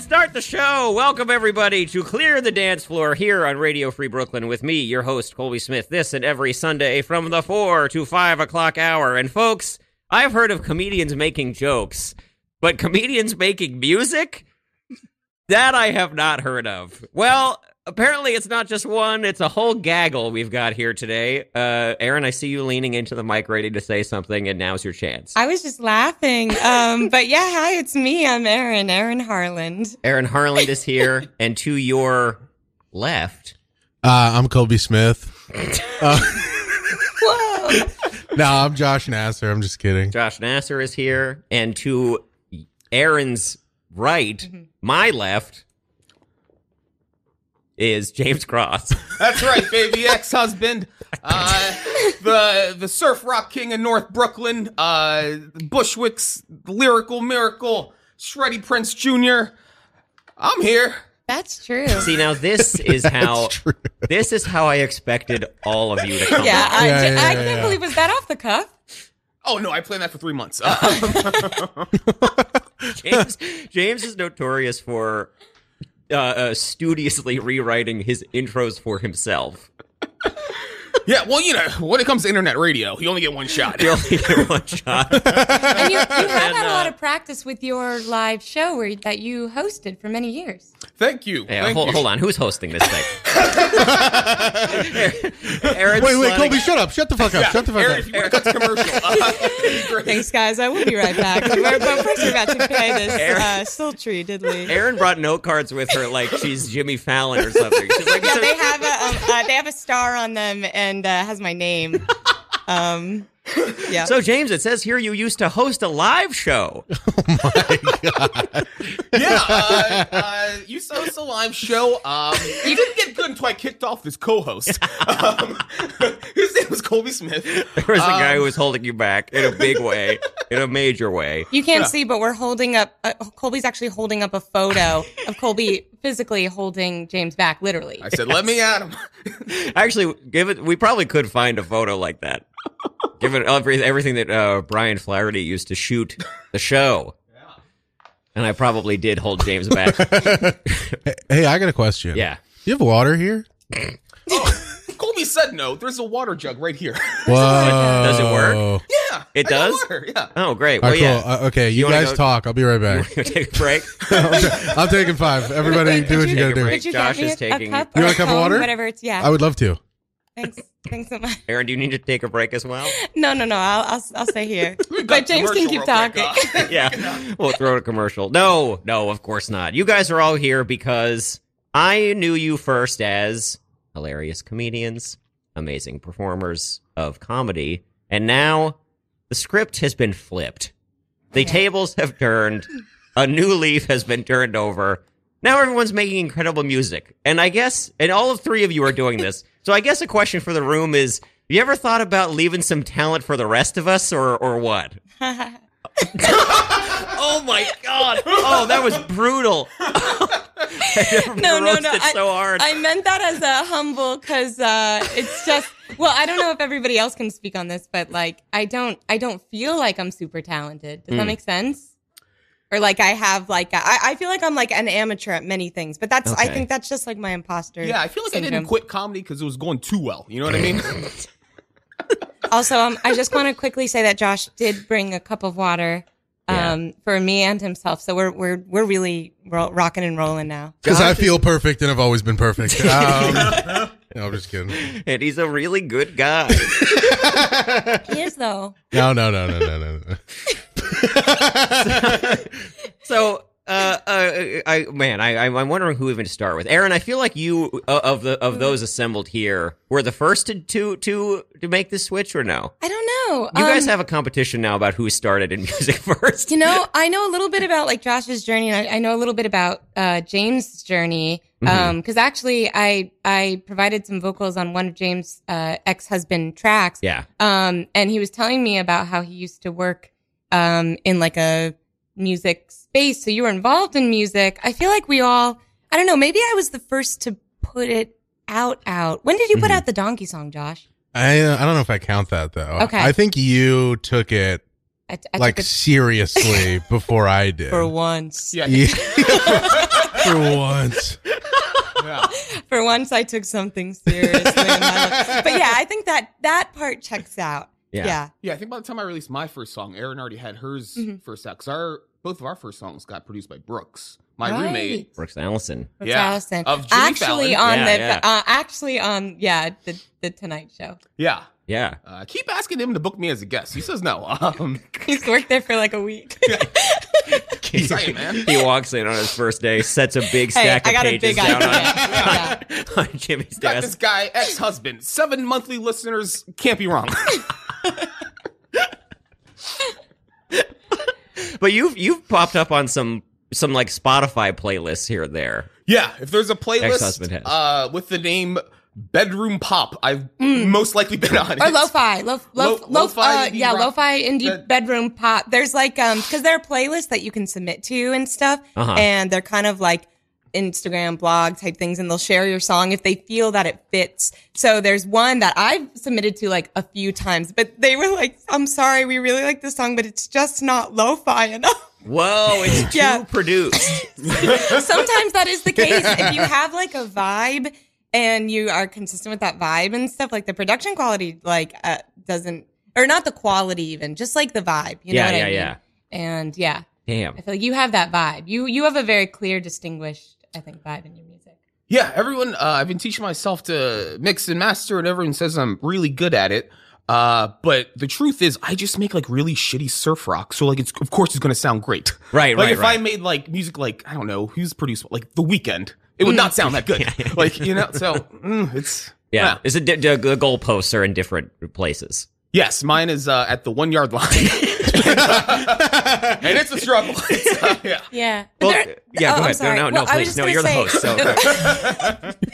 start the show. Welcome, everybody, to Clear the Dance Floor here on Radio Free Brooklyn with me, your host, Colby Smith, this and every Sunday from the 4 to 5 o'clock hour. And, folks, I've heard of comedians making jokes, but comedians making music? That I have not heard of. Well, apparently it's not just one, it's a whole gaggle we've got here today. Uh, Aaron, I see you leaning into the mic ready to say something, and now's your chance. I was just laughing. Um, but yeah, hi, it's me. I'm Erin, Erin Harland. Aaron Harland is here, and to your left. Uh, I'm Kobe Smith. Uh, Whoa. No, I'm Josh Nasser. I'm just kidding. Josh Nasser is here, and to Aaron's right, my left, is James Cross. That's right, baby ex-husband, uh, the the surf rock king of North Brooklyn, uh, Bushwick's lyrical miracle, Shreddy Prince Jr. I'm here. That's true. See, now this is how true. this is how I expected all of you to come. Yeah, I, Yeah, ju- yeah, I yeah, can't yeah. believe was that off the cuff? Oh no, I planned that for three months. Uh, James James is notorious for uh, uh, studiously rewriting his intros for himself. yeah, well, you know, when it comes to internet radio, you only get one shot. You only get one shot. And you, you have had uh, a lot of practice with your live show where, that you hosted for many years. Thank you. Yeah, thank hold, you. hold on. Who's hosting this thing? Aaron's Wait, wait, sliding- Kobe, shut up. Shut the fuck up. shut the fuck Aaron, up. if you want to cut the commercial, uh, that'd be great. Thanks, guys. I will be right back. We're, but first, we're about to play this uh, sultry diddly. Aaron brought note cards with her, like she's Jimmy Fallon or something. She's like, Yeah, "So- they have a um, uh, they have a star on them and uh, has my name. Um, yeah. so James, it says here you used to host a live show. Yeah, uh, uh, you saw us a live show. Um, you didn't get good until I kicked off his co-host. Um, his name was Colby Smith. There was a Um, guy who was holding you back in a big way, in a major way. You can't see, but we're holding up. Uh, Colby's actually holding up a photo of Colby physically holding James back, literally. I said, "Let me at him." Actually, give it. We probably could find a photo like that. Given every, everything that uh, Brian Flaherty used to shoot the show, and I probably did hold James back. Hey, I got a question. yeah. Do you have water here? Oh, Colby said no. There's a water jug right here. Whoa. Does it work? yeah, It I got does? water, Yeah. Oh, great. Well, All right, yeah. cool. Uh, okay, you, wanna guys go- talk. I'll be right back. Take a break. I'm taking five. Everybody, do what you Take gotta a do. break. Could you Josh get me is taking- a cup You or want a cup of phone, water? Whatever it's yeah. I would love to. thanks, thanks so much. Aaron, do you need to take a break as well? No, no, no. I'll I'll, I'll stay here. Got but James commercial can keep real talking. quick, uh, yeah. We'll throw a commercial. No, no, of course not. You guys are all here because I knew you first as hilarious comedians, amazing performers of comedy, and now the script has been flipped. The tables have turned. A new leaf has been turned over. Now everyone's making incredible music. And I guess, and all of three of you are doing this. So I guess a question for the room is, have you ever thought about leaving some talent for the rest of us or, or what? Oh my god! Oh, that was brutal. I never No, no, roasted no, I- so hard. I meant that as a humble because uh, it's just well, I don't know if everybody else can speak on this, but like I don't I don't feel like I'm super talented. Hmm. Does that make sense? Or like I have like I, I feel like I'm like an amateur at many things, but that's I Okay. think that's just like my imposter. Yeah, I feel like I syndrome. didn't quit comedy because it was going too well. You know what I mean? Also, um, I just want to quickly say that Josh did bring a cup of water. Um, for me and himself, so we're we're we're really ro- rocking and rolling now. Because I feel perfect and I've always been perfect. Um, no, I'm just kidding. and he's a really good guy. He is though. No, no, no, no, no, no. no. So, uh, uh, I man, I, I'm wondering who even to start with. Aaron, I feel like you uh, of the of those assembled here were the first to to to, to make this switch, or no? I don't know. You guys Um, have a competition now about who started in music first. You know, I know a little bit about like Josh's journey, and I, I know a little bit about uh, James' journey. Um, because actually, I I provided some vocals on one of James' uh, ex husband tracks. Yeah. Um, and he was telling me about how he used to work um in like a music space. So you were involved in music. I feel like we all. I don't know. Maybe I was the first to put it out. Out. When did you put out the donkey song, Josh? I, uh, I don't know if I count that though. Okay. I think you took it I, I like took it seriously before I did. for once. Yeah. Yeah. For once. For once, I took something seriously. in my life. uh, but yeah, I think that that part checks out. Yeah. Yeah, I think by the time I released my first song, Erin already had hers Mm-hmm. first out because our both of our first songs got produced by Brooks, my Right. roommate. Brooks Allison. Brooks Yeah, Allison. of Jimmy actually Fallon. on Yeah, the yeah. Uh, actually on yeah the the Tonight Show. Yeah, Yeah. uh, I keep asking him to book me as a guest. He says no. Um, He's worked there for like a week. sorry, man. He walks in on his first day, sets a big hey, stack I of got a pages big idea. down on, yeah. on Jimmy's Got this desk. guy, ex-husband, seven monthly listeners. Can't be wrong. But you've you've popped up on some some like Spotify playlists here and there. yeah, if there's a playlist Ex-husband has. uh, with the name Bedroom Pop, I've Mm. most likely been on it. or lo-fi, lo, lo, Lo- lo, lo-fi fi uh, indie yeah, rock. lo-fi indie That- bedroom pop. There's like um because there are playlists that you can submit to and stuff, Uh-huh. and they're kind of like Instagram blog type things, and they'll share your song if they feel that it fits. So there's one that I've submitted to like a few times, but they were like, "I'm sorry, we really like this song, but it's just not lo-fi enough." Whoa, it's too Yeah. produced. sometimes that is the case. If you have like a vibe and you are consistent with that vibe and stuff, like the production quality, like uh, doesn't or not the quality even, just like the vibe. You Yeah, know what yeah, I mean? yeah. And yeah, Damn. I feel like you have that vibe. You you have a very clear, distinguished, I think, vibe in your music. Yeah, everyone. Uh, I've been teaching myself to mix and master, and everyone says I'm really good at it. Uh, but the truth is, I just make like really shitty surf rock. So like, it's of course it's gonna sound great. Right, Like right, if right. I made like music like I don't know who's produced like The Weeknd, it Mm. would not sound that good. Like you know, so mm, it's Yeah. yeah. Is it d- d- the goalposts are in different places? Yes, mine is uh, at the one yard line, and it's a struggle. It's, uh, yeah. Yeah. Well, uh, There- yeah, oh, go I'm ahead. No, sorry. no, Well, no, I was please. just No, gonna you're the say- host.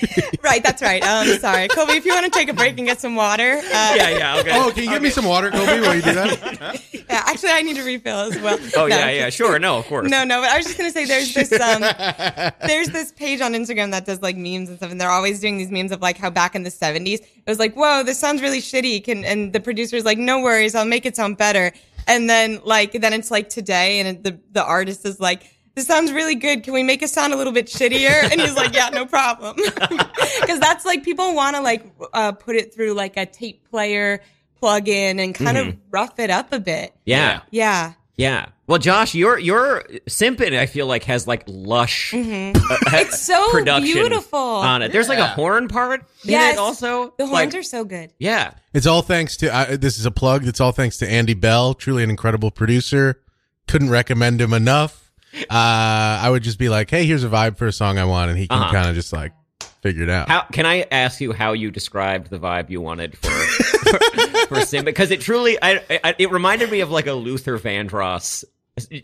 So right, that's right. Um, sorry. Kobe, if you want to take a break and get some water. Uh, Yeah, yeah, okay. Oh, can you get me some water, Kobe, while you do that? yeah, Actually, I need to refill as well. Oh No, yeah, I'm yeah, sure. No, of course. No, no, but I was just gonna say there's this um there's this page on Instagram that does like memes and stuff, and they're always doing these memes of like how back in the seventies it was like, Whoa, this sounds really shitty. Can and the producer's like, No worries, I'll make it sound better. And then like then it's like today and it, the the artist is like this sounds really good. Can we make it sound a little bit shittier? And he's like, yeah, no problem. Cause that's like, people want to like, uh, put it through like a tape player plug in and kind of rough it up a bit. Yeah. Yeah. Yeah. Well, Josh, your your simpin, I feel like has like lush It's so production Mm-hmm. beautiful. on it. There's like a Yeah. horn part in Yes. it also. The horns Like, are so good. yeah. It's all thanks to, I, this is a plug. It's all thanks to Andy Bell, truly an incredible producer. Couldn't recommend him enough. Uh, I would just be like, hey, here's a vibe for a song I want. And he can Uh-huh. kind of just like figure it out. How can I ask you how you described the vibe you wanted for for, for Simba? Because it truly, I, I it reminded me of like a Luther Vandross.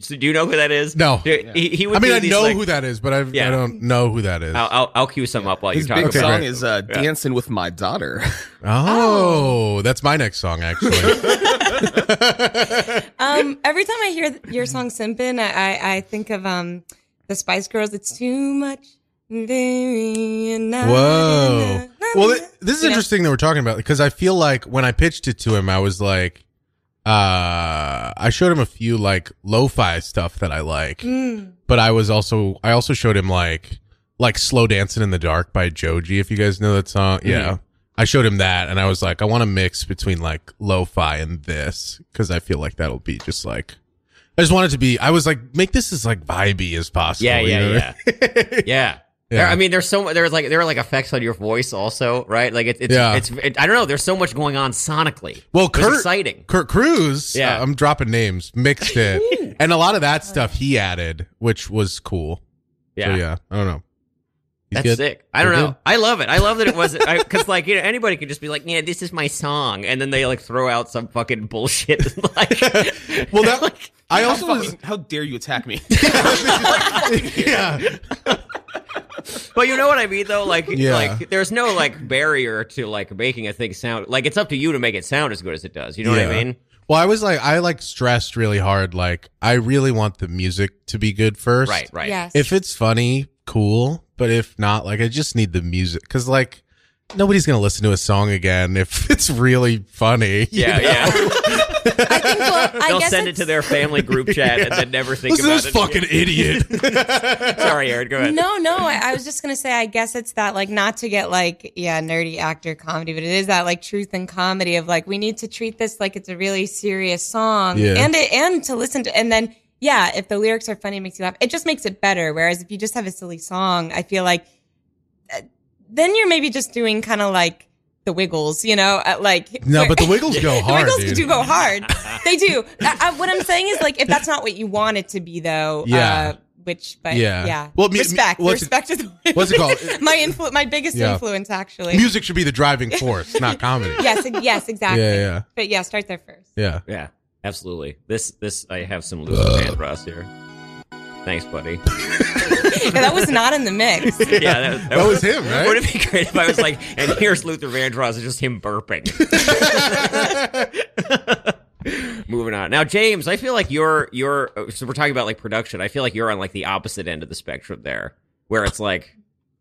So do you know who that is? No. He, he- he would. I mean, do I these, know like- who that is, but I, Yeah. uh, I don't know who that is. I'll, I'll I'll cue some up while His you talk. big about song great. is uh, "Dancing with My Daughter." oh, that's my next song, actually. Um, every time I hear th- your song "Simpin," I, I, I think of um, the Spice Girls. It's too much. Whoa. Whoa. Well, th- this is Yeah. interesting that we're talking about because I feel like when I pitched it to him, I was like, uh, I showed him a few like lo-fi stuff that I like, but I was also, I also showed him like, like slow dancing in the dark by Joji. If you guys know that song. Hmm. Yeah. I showed him that and I was like, I want to mix between like lo-fi and this because I feel like that'll be just like, I just wanted to be, I was like, make this as like vibey as possible. Yeah, you know what I mean? yeah, yeah, yeah. There, Yeah. I mean, there's so mu- there's like there are like effects on your voice also, right? Like it's it's, Yeah. it's it, I don't know. There's so much going on sonically. Well, It was Kurt, Oh, exciting. Kurt Cruz. Yeah. uh, I'm dropping names. Mixed it, and a lot of that stuff he added, which was cool. So, Yeah, yeah. I don't know. He's that's good. sick. I don't You're know. good. I love it. I love that it wasn't because like you know anybody could just be like, yeah, this is my song, and then they like throw out some fucking bullshit. Like, Well, that I also How was. fucking- how dare you attack me? Yeah. but you know what I mean though. Like, Yeah. like there's no like barrier to like making a thing sound like it's up to you to make it sound as good as it does. You know what I Yeah. mean? Well, I was like, I like stressed really hard. Like, I really want the music to be good first. Right, right. Yes. If it's funny, cool. But if not, like, I just need the music because, like, nobody's gonna listen to a song again if it's really funny. you Yeah, know? yeah. I think. Well, I They'll guess send it it's- to their family group chat and then never think Listen to about this it. fucking idiot. again. Sorry, Aaron. Go ahead. No, no. I, I was just gonna say. I guess it's that like not to get like yeah nerdy actor comedy, but it is that like truth and comedy of like we need to treat this like it's a really serious song, Yeah. and it and to listen to, and then yeah, if the lyrics are funny, it makes you laugh. It just makes it better. Whereas if you just have a silly song, I feel like uh, then you're maybe just doing kind of like the Wiggles, you know, uh, like no, where- but the Wiggles go hard, the Wiggles dude. do go hard. they do. I, I, what I'm saying is, like, if that's not what you want it to be, though. Yeah. Uh, which, but Yeah. yeah. Well, Well, mu- mu- respect. what's it- respect to the what's it called? my influ- my biggest Yeah. influence, actually. Music should be the driving force, not comedy. Yes. ex- Yes. Exactly. Yeah, yeah. But yeah, start there first. Yeah. Yeah, absolutely. This, this, I have some loose fan Ross here. Thanks, buddy. Yeah, that was not in the mix. Yeah, that, that That was him, right? Wouldn't it be great if I was like, and here's Luther Vandross, it's just him burping. Moving on now, James. I feel like you're you're. So we're talking about like production. I feel like you're on like the opposite end of the spectrum there, where it's like,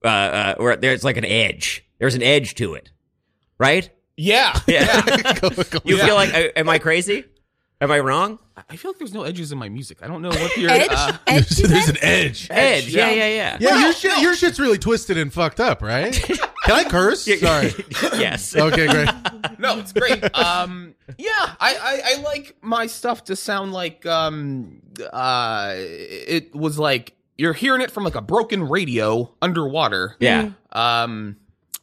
uh, uh where there's like an edge. There's an edge to it, right? Yeah. Yeah. Go- go- You Yeah. feel like, I- am I crazy? Am I wrong? I feel like there's no edges in my music. I don't know what your Edge. uh, Edge. There's, there's an edge. Edge. Edge, yeah, yeah. yeah, yeah. Yeah, your, shit, your shit's really twisted and fucked up, right? Can I curse? Sorry. yes. Okay, great. no, it's great. Um, yeah, I, I, I like my stuff to sound like um, uh, it was like you're hearing it from like a broken radio underwater. Yeah. Um,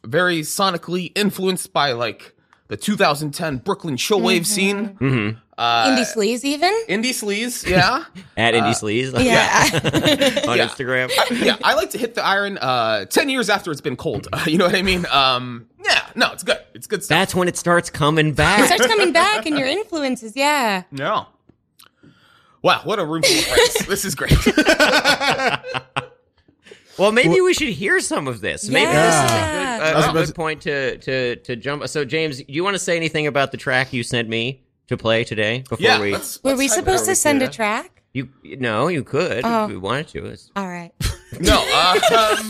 very sonically influenced by like the 2010 Brooklyn showwave scene. hmm Uh, Indie sleaze, even. indie sleaze, yeah. At Indie Sleaze. on- Yeah. on Yeah. Instagram. yeah, I like to hit the iron uh, 10 years after it's been cold. you know what I mean? Um, yeah, no, it's good. It's good stuff. That's when it starts coming back. It starts coming back, and your influences. Yeah. No. Wow, what a room full of friends. this is great. Well, maybe we should hear some of this. Maybe Yeah. this is a I was good, a- a, about good to- point to, to, to jump. So, James, do you want to say anything about the track you sent me to play today? Before yeah. we, let's- Were let's we type it supposed out. to send a track? you no, you could Oh. if we wanted to. It's, All right. No. Uh, um,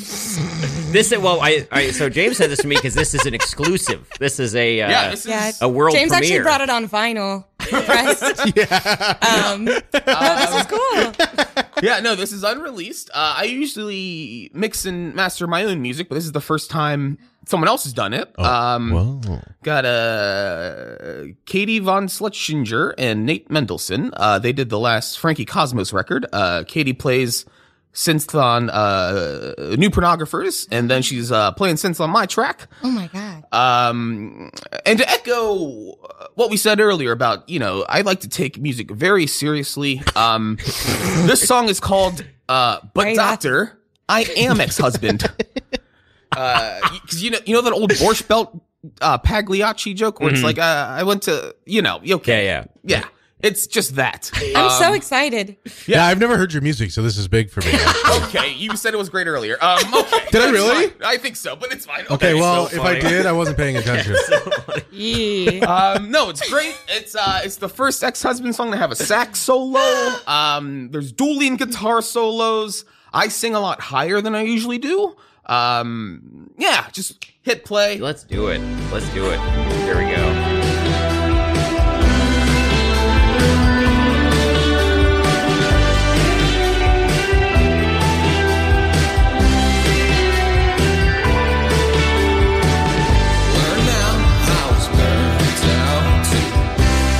this well, I, I so James said this to me because this is an exclusive. This is a uh, yeah, this Yeah. is. a world James actually premiere. brought it on vinyl. Pressed. Um, no, this is cool. Yeah, no, this is unreleased. Uh, I usually mix and master my own music, but this is the first time someone else has done it. um, Whoa. Got uh, Katie von Schlesinger and Nate Mendelson. Uh, they did the last Frankie Cosmos record. Uh, Katie plays synth on uh, New Pornographers, and then she's uh, playing synth on my track. Oh my god. Um, and to echo uh, what we said earlier about, you know, I like to take music very seriously. Um, this song is called, uh, But Why are you Doctor, I Am Ex-Husband. uh, cause you know, you know that old Borscht Belt, uh, Pagliacci joke Mm-hmm. where it's like, uh, I went to, you know, you Yeah, okay. yeah. Yeah. It's just that. I'm Um, so excited. Yeah. I've never heard your music, so this is big for me. okay. You said it was great earlier. Um, okay. Did I It's really? fine. I think so, but it's fine. Okay, well, so if I funny. did, I wasn't paying attention. Yeah. um, no, it's great. It's uh, it's the first ex-husband song to have a sax solo. Um, there's dueling guitar solos. I sing a lot higher than I usually do. Um, yeah, just hit play. Let's do it. Let's do it. Here we go. Learn now how it's burnt out to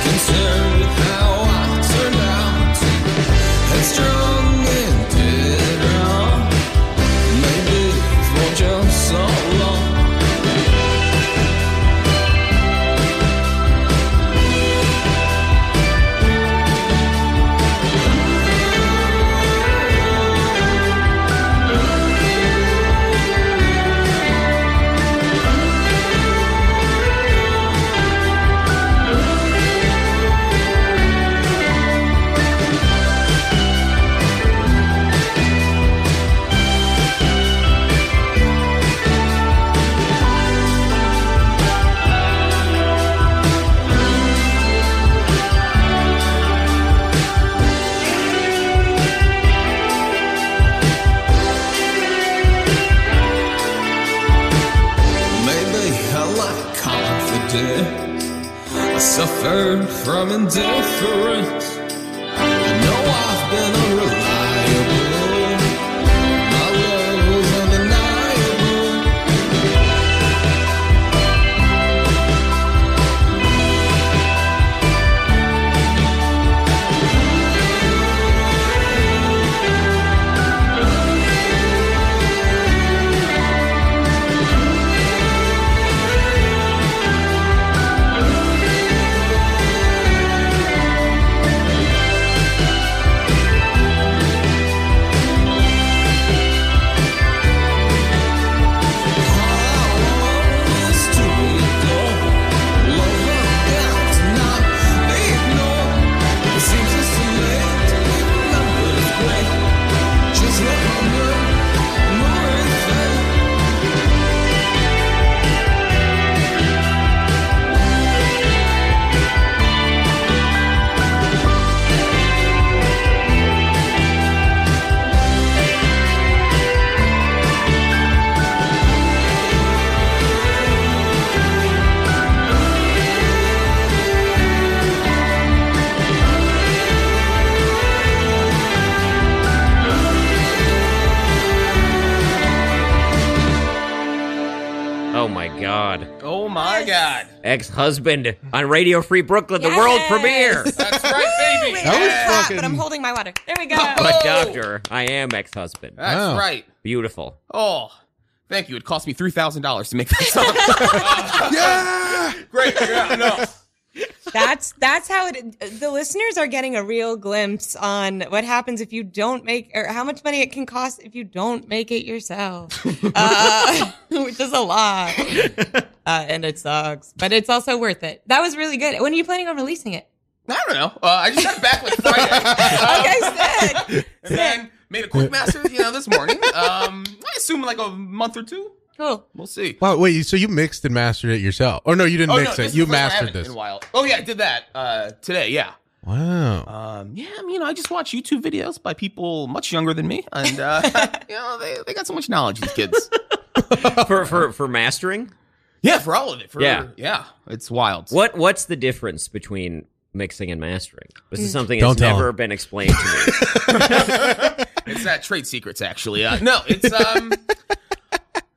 concerned with how I turned out to headstrong and bitter. Maybe for just so long. Maybe I lack confidence. I suffered from indifference. I know I've been unreliable. My love was undeniable. Just let my mind know everything. Oh my god. Oh my Yes. god. Ex husband on Radio Free Brooklyn, the Yes. world premiere. That's right, Oh, Wait, baby. That I was clap, fucking- but I'm holding my water. There we go. Oh. But doctor, I am ex husband. That's Wow. right. Beautiful. Oh, thank you. It cost me three thousand dollars to make that song. yeah. Great. Yeah, no. That's that's how it. The listeners are getting a real glimpse on what happens if you don't make, or how much money it can cost if you don't make it yourself, uh, which is a lot, uh, and it sucks. But it's also worth it. That was really good. When are you planning on releasing it? I don't know. Uh, I just got back like Friday. Uh, Okay, sick. and then made a quick master, you know, this morning. Um, I assume like a month or two. Cool. We'll see. Wow. Wait. So you mixed and mastered it yourself? Or no, you didn't Oh, mix this it. is You the first time I mastered haven't this. In a while. Oh yeah, I did that uh, today. Yeah. Wow. Um, yeah, I mean, you know, I just watch YouTube videos by people much younger than me, and uh, you know, they, they got so much knowledge. These kids. For for for mastering? yeah, for all of it. For, Yeah. yeah, it's wild. What what's the difference between mixing and mastering? This Mm. is something Don't that's tell never him. been explained to me. It's not trade secrets, actually. Uh, no, it's um.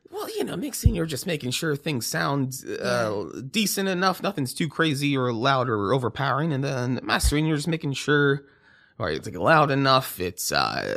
well, you know, mixing you're just making sure things sound uh, decent enough. Nothing's too crazy or loud or overpowering. And then mastering, you're just making sure. All right, it's like loud enough. It's uh,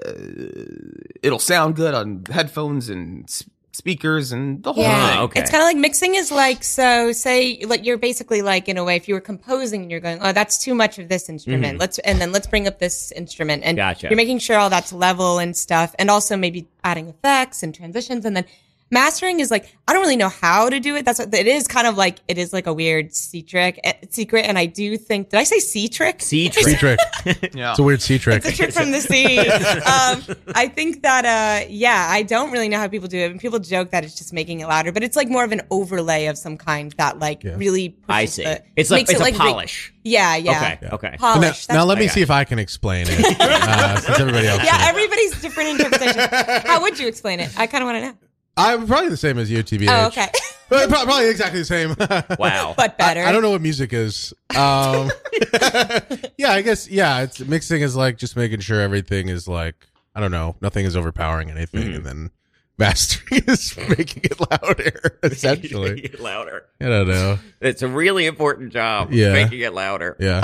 it'll sound good on headphones and s- speakers and the whole Yeah. Ah, thing. okay. It's kind of like mixing is like so. Say like you're basically like in a way, if you were composing and you're going, oh, that's too much of this instrument. Let's and then let's bring up this instrument and Mm-hmm. Gotcha. you're making sure all that's level and stuff, and also maybe adding effects and transitions, and then mastering is like I don't really know how to do it. That's what, it is kind of like it is like a weird sea trick eh, secret, and I do think did I say sea trick? Sea Sea trick. trick. Yeah. It's a weird sea trick. It's a trip from the sea. Um, I think that, uh, yeah, I don't really know how people do it. And people joke that it's just making it louder, but it's like more of an overlay of some kind that, like, really pushes I see. the- It's a makes it's a uh, it, like, big- polish. yeah, yeah. Okay, okay. Now- Polish. Now, That's- let me okay. see if I can explain it uh, since everybody else. yeah, did. everybody's different interpretation. how would you explain it? I kind of want to know. I'm probably the same as you, TBH. Oh, okay. Well, pro- Probably exactly the same. Wow. but better. I don't know what music is. Um, yeah, I guess. Yeah, it's mixing is like just making sure everything is like I don't know, nothing is overpowering anything, and then mastering is making it louder. Essentially, louder. I don't know. It's a really important job. Yeah. Making it louder. Yeah,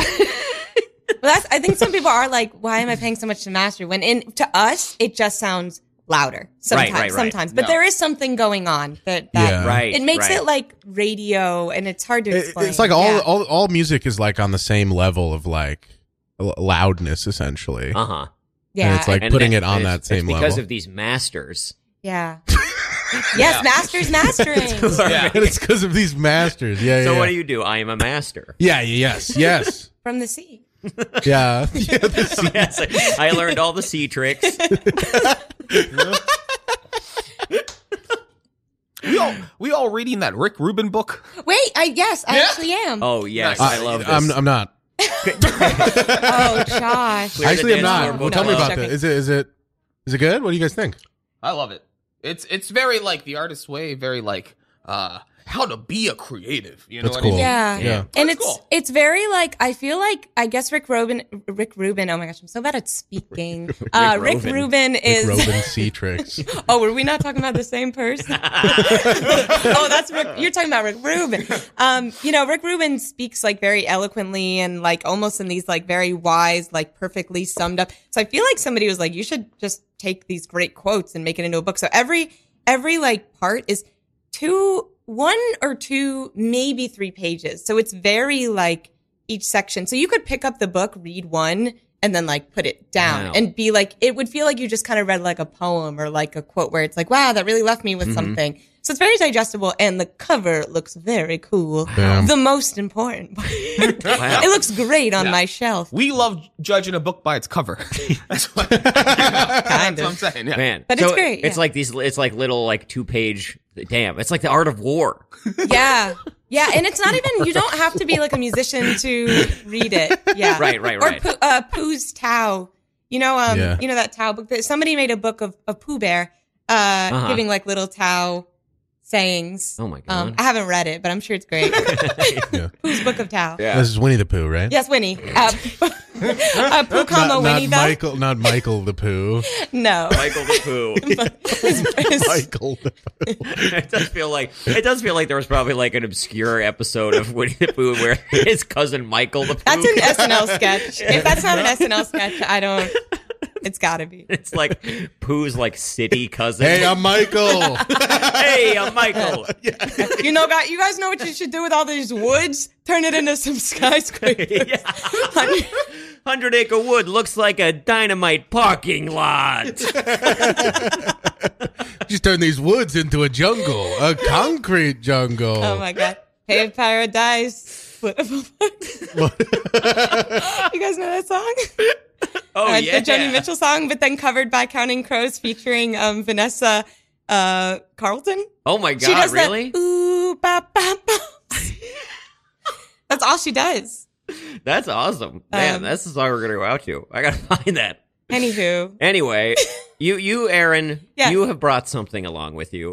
Well, that's, I think some people are like, why am I paying so much to master? When in to us, it just sounds louder sometimes. right, right. Sometimes, but No. there is something going on that, that Yeah. Right. it makes right. it like radio, and it's hard to It- explain. it's like all, Yeah. all all music is like on the same level of like l- loudness, essentially. uh huh. yeah, and it's like And putting that- it on it's- that same it's level. because of these masters. yeah. yes, masters mastering. Yeah. and it's because of these masters. Yeah. yeah So yeah. what do you do? I am a master. Yeah. yeah, Yes. Yes. from the sea. yeah. Yeah. this- yes, I learned all the sea tricks. We all we all reading that Rick Rubin book. Wait, I yes, I Yeah. actually am. Oh yes, Nice. I love this. I'm, I'm not. Oh, Josh. Clear the Actually, dance I'm not. floor, Well, go tell me down. about that. Is it? Is it? Is it good? What do you guys think? I love it. It's it's very like the artist's way. Very like uh, how to be a creative. You know That's what cool. I mean? Yeah. Yeah. and That's it's cool. it's very like I feel like I guess Rick Rubin Rick Rubin oh my gosh I'm so bad at speaking uh, Rick Rubin. Rubin is Robin C tricks. oh were we not talking about the same person oh that's Rick you're talking about Rick Rubin um you know Rick Rubin speaks like very eloquently and like almost in these like very wise like perfectly summed up so I feel like somebody was like you should just take these great quotes and make it into a book so every every like part is two one or two maybe three pages so it's very like each section so you could pick up the book read one and then like put it down Wow. and be like it would feel like you just kind of read like a poem or like a quote where it's like wow that really left me with something so it's very digestible and the cover looks very cool Yeah. the most important part. it looks great on my shelf We love judging a book by its cover. That's what, that's what I'm saying. Yeah. Man, But so it's great, It's yeah. like these. It's like little like two page. Damn, it's like the art of war. yeah yeah and it's not even you don't have to be like a musician to read it yeah Right, right, or right. Pooh, uh, Pooh's Tao. You know, um, Yeah. you know that Tao book. That somebody made a book of, of Pooh Bear, uh, giving like little Tao sayings. Uh-huh. Oh my god. Um, I haven't read it, but I'm sure it's great. Yeah. Pooh's Book of Tao. This is Winnie the Pooh, right? Yes, Winnie. Uh, uh, Pooh, Not, comma not Winnie the. Michael, not Michael the Pooh. No. Michael the Pooh. Michael the Pooh. it does feel like it does feel like there was probably like an obscure episode of Winnie the Pooh where his cousin Michael the Pooh. That's an SNL sketch. If that's not an SNL sketch, I don't. It's gotta be. it's like Pooh's like city cousin. Hey, I'm Michael. Hey, I'm Michael. You know, guys, you guys know what you should do with all these woods? Turn it into some skyscrapers. Hundred Acre Wood looks like a dynamite parking lot. Just turn these woods into a jungle, a concrete jungle. Oh my god. Paved paradise. you guys know that song? Oh Uh, yeah, The Joni Mitchell song, but then covered by Counting Crows featuring um, Vanessa uh, Carlton. Oh my she god, does really? that. Ooh, ba, ba, bumps." That's all she does. That's awesome, man. Um, that's the song we're gonna go out to. I gotta find that. Anywho. Anyway, you you Aaron, Yeah. you have brought something along with you.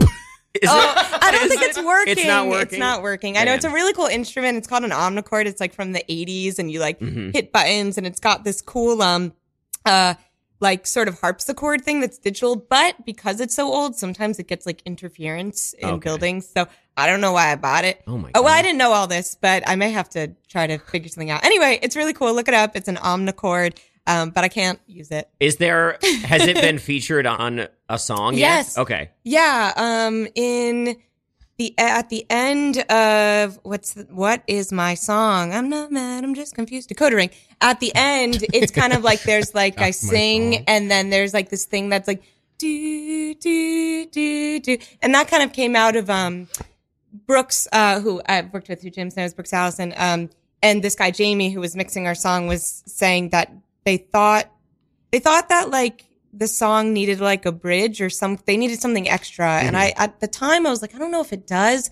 Is Oh, I don't think it's working. It's not working. It's not working. I know Man. it's a really cool instrument. It's called an omnichord. It's like from the 80s and you like Mhm. hit buttons and it's got this cool um uh like sort of harpsichord thing that's digital, but because it's so old, sometimes it gets like interference in Okay. buildings. So I don't know why I bought it. Oh my Oh, well, I God. didn't know all this, but I may have to try to figure something out. Anyway, it's really cool. Look it up. It's an omnichord, um, but I can't use it. Is there has it been featured on a song yet? Yes. Uh, Okay. Yeah, um in the at the end of what's the, what is my song? I'm not mad, I'm just confused. Decoder ring. At the end, it's kind of like there's like I That's my sing song. and then there's like this thing that's like do do do do and that kind of came out of um Brooks, uh, who I've worked with, who James knows, Brooks Allison, um, and this guy Jamie, who was mixing our song, was saying that they thought they thought that like the song needed like a bridge or some they needed something extra, and I Mm-hmm. at the time I was like I don't know if it does,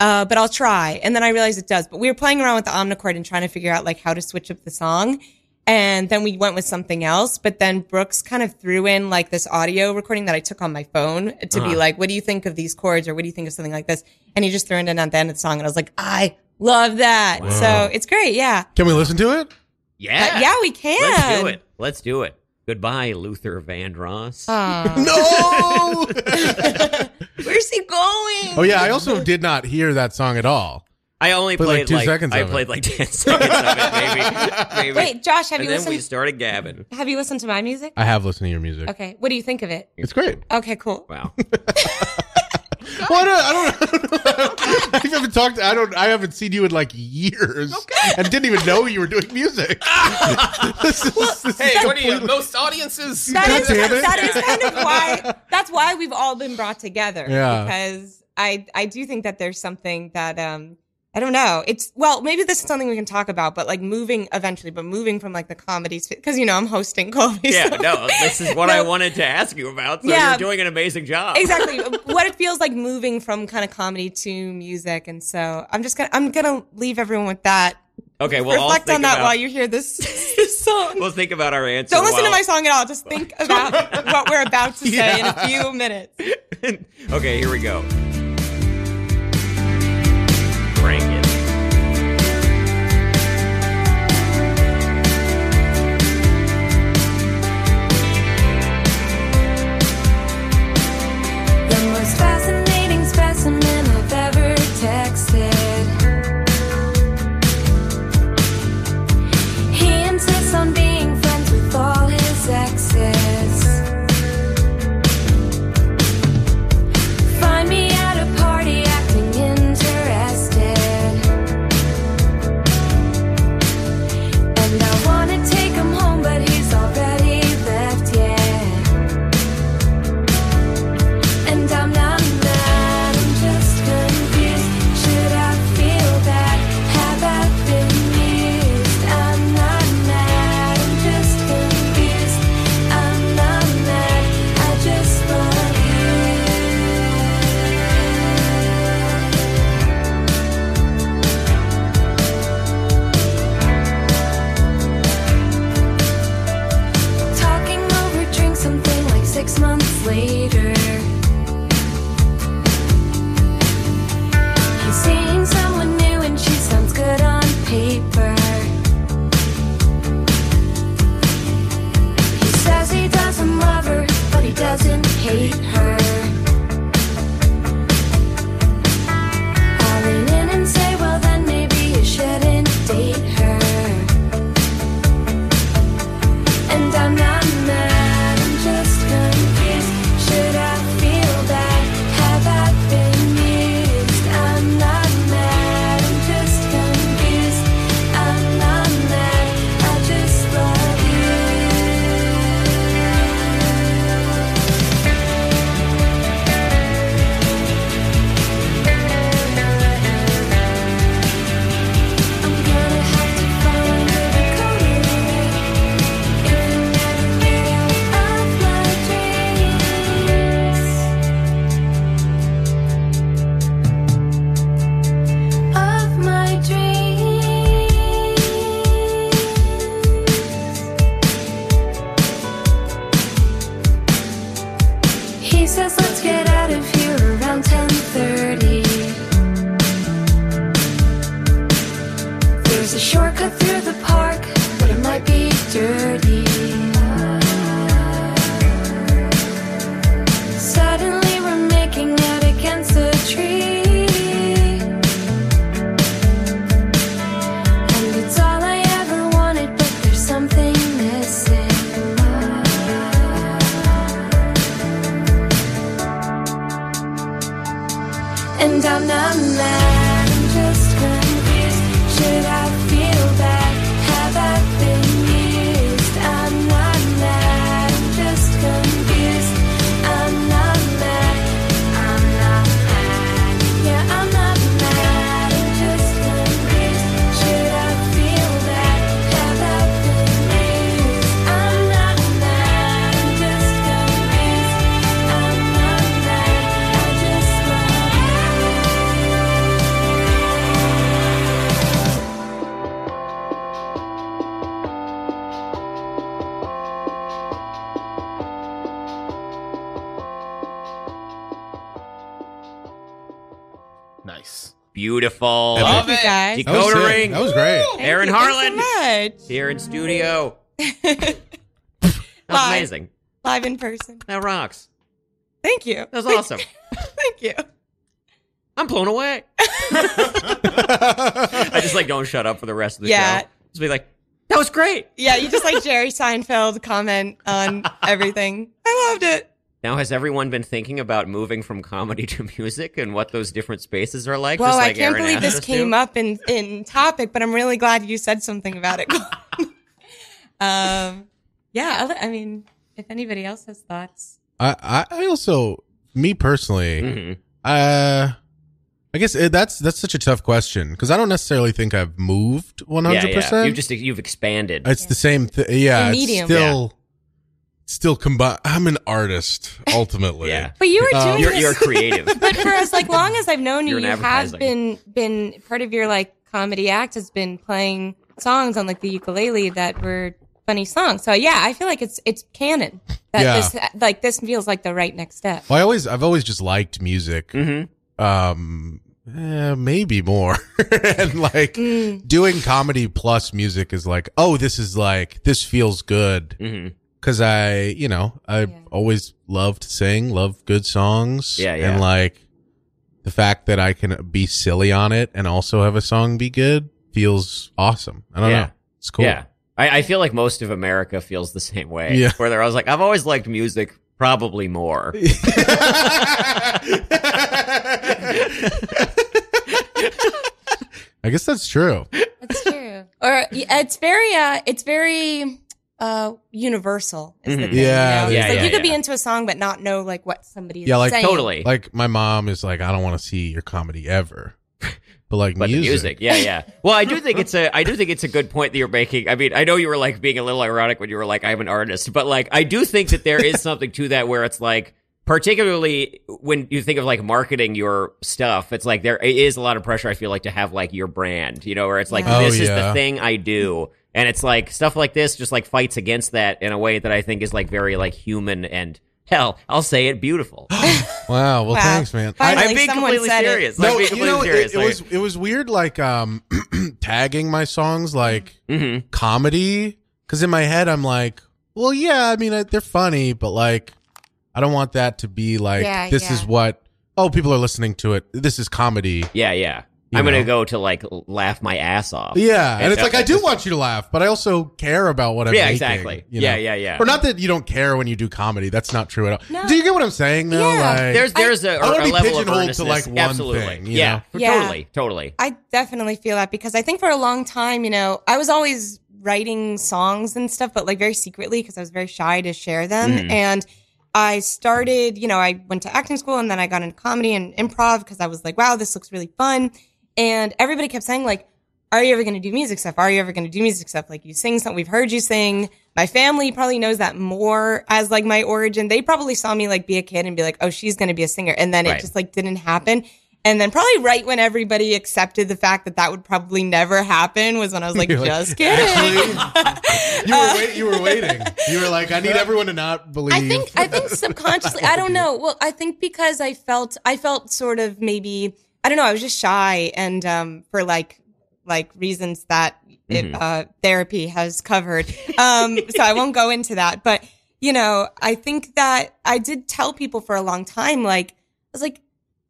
uh, but I'll try, and then I realized it does. But we were playing around with the omnichord and trying to figure out like how to switch up the song. And then we went with something else, but then Brooks kind of threw in like this audio recording that I took on my phone to Uh-huh. be like, what do you think of these chords or what do you think of something like this? And he just threw it in at the end of the song. And I was like, I love that. So it's great. Yeah. Can we listen to it? Yeah. Uh, yeah, we can. Let's do it. Let's do it. Goodbye, Luther Vandross. Aw, No. where's he going? oh yeah, I also did not hear that song at all. I only Played, like, played two like, seconds I of it. played like ten seconds of it, maybe. maybe. Wait, Josh, have and you then we Uh, listened? started gabbing. Have you listened to my music? I have listened to your music. Okay. What do you think of it? It's great. Okay, cool. Wow. What? I don't. I haven't talked. I don't. I haven't seen you in like years, and didn't even know you were doing music. this is, this is Hey, what do you? Most audiences. That is, damn it. that is kind of why that's why we've all been brought together. Yeah. Because I I do think that there's something that um I don't know. It's well, maybe this is something we can talk about, but like moving eventually, but moving from like the comedies because you know I'm hosting Colby. Yeah, so- no, this is what I No. wanted to ask you about. So Yeah. you're doing an amazing job. exactly what it feels like moving from kind of comedy to music, and so I'm just gonna I'm gonna leave everyone with that. Okay, well, I'll Reflect think on that about, while you hear this, this song. We'll think about our answer. don't listen to while- my song at all. Just think about what we're about to say in a few minutes. okay, here we go. a shortcut through the park, but it might be dirty. Suddenly we're making out against the tree. And it's all I ever wanted, but there's something missing. And I'm not mad, I'm just confused. Should I feel bad? Have I been used? I'm not mad, I'm just confused. I'm not mad, I'm not mad. Yeah, I'm not mad, I'm just confused. Should I feel bad? Have I been used? I'm not mad, I'm just confused. I'm not mad, I just want you. Nice. Beautiful. Epic. Love Thank you, it. guys. You- That was Coda sick. ring. That was great. Thank Aaron you. Harlan. Thanks so much. Here in studio. That was Live. amazing. Live in person. That rocks. Thank you. That was awesome. Thank you. I'm blown away. I just like don't shut up for the rest of the Yeah. show. Just be like, that was great. Yeah, you just like Jerry Seinfeld comment on everything. I loved it. Now, has everyone been thinking about moving from comedy to music and what those different spaces are like? Well, just like I can't Aaron believe asked this us came to? up in, in topic, but I'm really glad you said something about it. um, yeah, other- I mean, if anybody else has thoughts, I, I I also me personally, Mhm. uh, I guess it, that's that's such a tough question because I don't necessarily think I've moved one Yeah, hundred yeah. percent. You've just you've expanded. It's the same thing. Yeah, The it's medium. still still combined. I'm an artist ultimately. Yeah. but you were Um, doing Uh, You're, this you're creative. but for as like long as I've known you, You're in you have advertising. been been part of your like comedy act has been playing songs on like the ukulele that were funny songs. So yeah, I feel like it's it's canon that Yeah. this like this feels like the right next step. Well, I always I've always just liked music. hmm Um, eh, maybe more and like Mm. doing comedy plus music is like oh this is like this feels good hmm because I, you know, I Yeah. always loved to sing, love good songs. Yeah, yeah. And like the fact that I can be silly on it and also have a song be good feels awesome. I don't Yeah. know. It's cool. Yeah. I, I feel like most of America feels the same way. Yeah. Where they're always like, I've always liked music, probably more. I guess that's true. That's true. or yeah, it's very uh it's very uh universal. Is the Mhm. thing, you Mm-hmm. Yeah, yeah, know? It's like yeah, you could yeah. be into a song but not know like what somebody is Yeah, like- saying. totally. Like my mom is like, I don't want to see your comedy ever. But like but music. the music, yeah, yeah. Well, I do think it's a, I do think it's a good point that you're making. I mean, I know you were like being a little ironic when you were like, "I'm an artist," but like, I do think that there is something to that where it's like, particularly when you think of like marketing your stuff, it's like there is a lot of pressure. I feel like to have like your brand, you know, where it's like Yeah. Oh, this is the yeah. thing I do, and it's like stuff like this just like fights against that in a way that I think is like very like human and hell, I'll say it beautiful. Wow. Well, Wow. thanks, man. I- Finally, I'm being someone completely said it. serious. I'm being you completely know, serious. it, it was it was weird, like um, tagging my songs like hmm comedy because in my head I'm like, well, yeah, I mean I, they're funny, but like I don't want that to be like Yeah, this yeah. is what oh people are listening to it. This is comedy. Yeah, yeah. You I'm gonna know. go to like l- laugh my ass off. Yeah, and it's like I do just- want you to laugh, but I also care about what I'm Yeah, making, exactly. you Yeah, know? yeah, yeah. Or not that you don't care when you do comedy. That's not true at all. No. Do you get what I'm saying? Though, Yeah. like, There's there's a, I a wanna be level of pigeonholed to, earnestness. like, one Absolutely. thing, you yeah, know? Yeah. Totally. Totally. I definitely feel that because I think for a long time, you know, I was always writing songs and stuff, but like very secretly because I was very shy to share them. Mhm. And I started, you know, I went to acting school and then I got into comedy and improv because I was like, wow, this looks really fun. And everybody kept saying, like, are you ever going to do music stuff? Are you ever going to do music stuff? Like, you sing something, we've heard you sing. My family probably knows that more as like my origin. They probably saw me like be a kid and be like, oh, she's going to be a singer. And then Right. it just like didn't happen. And then probably right when everybody accepted the fact that that would probably never happen was when I was like, You're like, just kidding. you were wait, you were waiting. You were like, I need everyone to not believe. I think I think subconsciously I don't know. Well, I think because I felt I felt sort of maybe I don't know, I was just shy and um for like like reasons that it, Mhm. uh, therapy has covered. Um, so I won't go into that. But you know, I think that I did tell people for a long time, like I was like,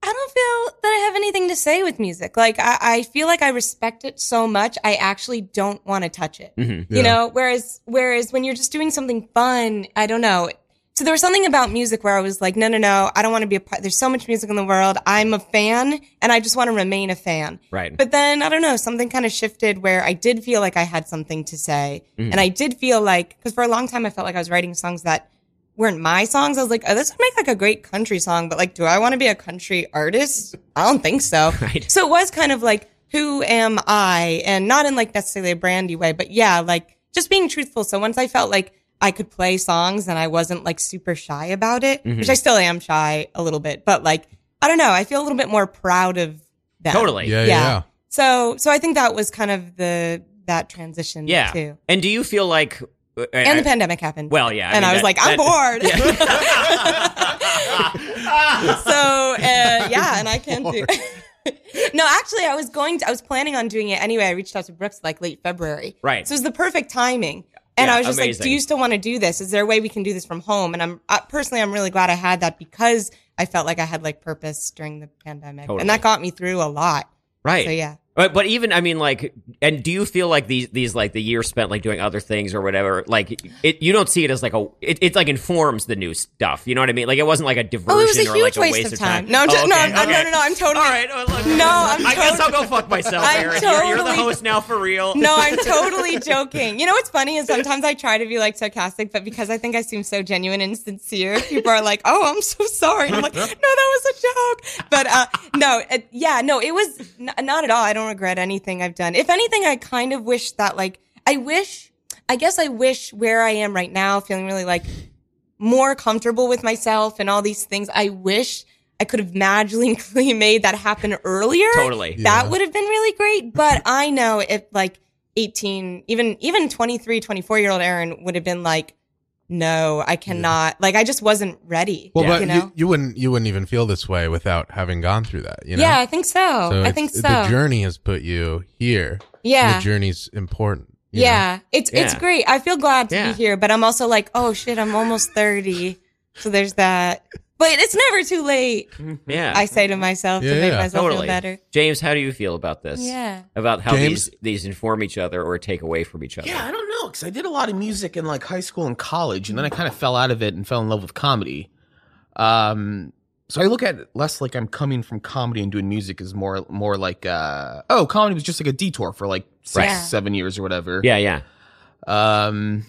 I don't feel that I have anything to say with music. Like I, I feel like I respect it so much, I actually don't want to touch it. Mhm. Yeah. You know, whereas whereas when you're just doing something fun, I don't know. So there was something about music where I was like, no, no, no, I don't want to be a part. There's so much music in the world. I'm a fan, and I just want to remain a fan. Right. But then I don't know, something kind of shifted where I did feel like I had something to say. And I did feel like, because for a long time I felt like I was writing songs that weren't my songs. I was like, oh, this would make like a great country song, but like, do I want to be a country artist? I don't think so. Right. So it was kind of like, who am I? And not in like necessarily a brandy way, but yeah, like just being truthful. So once I felt like I could play songs and I wasn't like super shy about it, Mm-hmm. which I still am shy a little bit, but like, I don't know. I feel a little bit more proud of them. Totally. Yeah, yeah, Yeah. yeah. So so I think that was kind of the that transition Yeah. too. And do you feel like? uh, And the pandemic happened. Well, yeah. and I was like, I'm bored. so uh, yeah, and I can do. no, actually, I was going. To, I was planning on doing it anyway. I reached out to Brooks like late February. Right. So it was the perfect timing. And Yeah, I was just amazing. like, "Do you still want to do this? Is there a way we can do this from home?" And I'm uh, personally, I'm really glad I had that because I felt like I had like purpose during the pandemic, Totally. and that got me through a lot. right. Uh, So yeah. But, but even I mean like and do you feel like these these like the year spent like doing other things or whatever like it you don't see it as like a it, it like informs the new stuff you know what I mean like it wasn't like a diversion Oh, it was a or huge like a waste, of time. No, I'm Oh, jo- no, okay, I'm, I'm- no, okay. no, no, I'm totally. All right. well, look, No, I'm I guess I'll totally. go fuck myself, I'm Aaron. You're- You're, the totally- host now for real. No, I'm totally joking. You know what's funny is sometimes I try to be like sarcastic, but because I think I seem so genuine and sincere, people are like, "Oh, I'm so sorry." And I'm like, "No, that was a joke." But uh, no, it, yeah, no, it was n- not at all. I don't regret anything I've done. If anything, I kind of wish that, like, I wish, I guess, I wish where I am right now, feeling really like more comfortable with myself and all these things. I wish I could have magically made that happen earlier. Totally. That would have been really great. But I know if like 18, even, even 23, 24 year old Aaron would have been like, no, I cannot. Like, I just wasn't ready. Well, but you you, know? you wouldn't you wouldn't even feel this way without having gone through that. You know? yeah, I think so. So I it's- think so. The journey has put you here. and yeah. The journey's important. you know? Yeah. It's, it's Yeah. great. I feel glad to Yeah. be here, but I'm also like, oh shit, I'm almost 30. So there's that. But it's never too late. Yeah. I say to myself Yeah, to make yeah. myself totally. feel better. James, how do you feel about this? Yeah. About how James? these these inform each other or take away from each other. Yeah, I don't know because I did a lot of music in like high school and college, and then I kind of fell out of it and fell in love with comedy. Um, so I look at it less like I'm coming from comedy and doing music is more more like uh, oh, comedy was just like a detour for like six Right. seven years or whatever. Yeah, yeah. Um,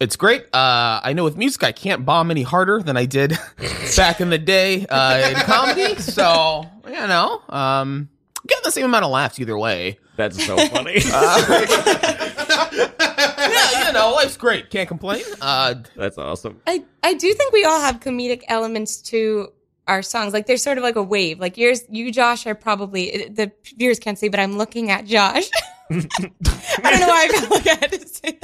it's great. Uh, I know with music I can't bomb any harder than I did back in the day uh, in comedy. So you know, um, get the same amount of laughs either way. That's so funny. yeah, you know, life's great. Can't complain. Uh, That's awesome. I, I do think we all have comedic elements to our songs. Like there's sort of like a wave. Like yours, you, Josh, are probably the viewers can't see, but I'm looking at Josh. I don't know why I felt like I had to say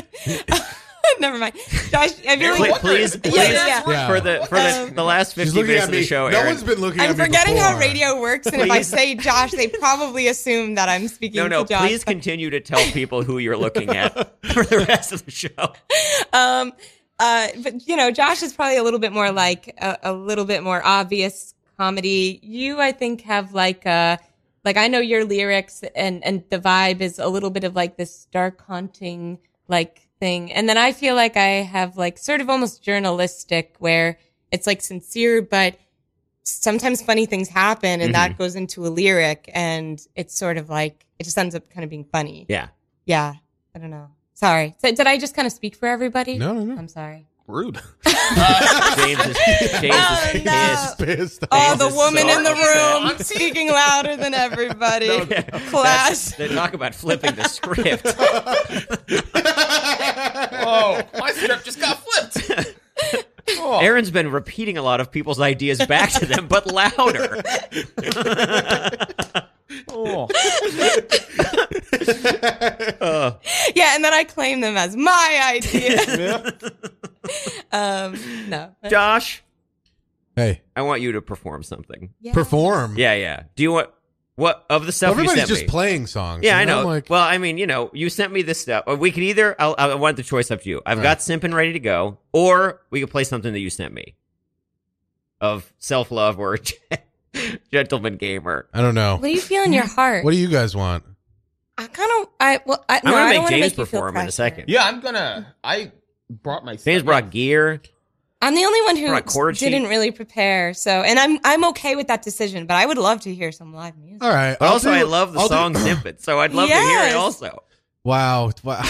that. Never mind, Josh. I feel Please, like please, Yeah, yeah. please, for the for the, Um, the last She's fifty looking minutes at of me. the show, no Aaron. one's been looking I'm at me. forgetting how before. radio works, and if I Please. say Josh, they probably assume that I'm speaking no, no. to Josh. Please continue to tell people who you're looking at for the rest of the show. um, uh, but you know, Josh is probably a little bit more like a, a little bit more obvious comedy. You, I think, have like uh like I know your lyrics and and the vibe is a little bit of like this dark haunting like thing, and then I feel like I have like sort of almost journalistic where it's like sincere, but sometimes funny things happen, and that Mm-hmm. goes into a lyric, and it's sort of like it just ends up kind of being funny. Yeah. Yeah, I don't know. Sorry. So did I just kind of speak for everybody? No, no, no. I'm sorry. rude. James is, James Oh, is no. pissed. Pissed Oh, off. the is woman so in the upset. room speaking louder than everybody. That's- Class. They talk about flipping the script. Oh, my script just got flipped. Oh. Aaron's been repeating a lot of people's ideas back to them, but louder. Yeah, and then I claim them as my idea. um, no. Josh, Hey, I want you to perform something. Yeah. perform. Yeah, yeah. Do you want? What of the stuff you Everybody's sent just me? playing songs. yeah, I and know. I'm like, well, I mean, you know, you sent me this stuff. Uh, We could either I'll, I want the choice up to you. I've All got Simpin ready to go, or we could play something that you sent me of self love or gentleman gamer. I don't know. What do you feel in your heart? What do you guys want? I kind of, I well, I, no, gonna I make don't wanna James you feel perform in a pressured. second. Yeah, I'm gonna. I brought my. James brought gear. I'm the only one who Brought chord sheet. didn't really prepare, so and I'm I'm okay with that decision, but I would love to hear some live music. All right. But I'll also, do- I love the I'll do- song Simpin, so I'd love to hear it Yes. also. Wow. wow.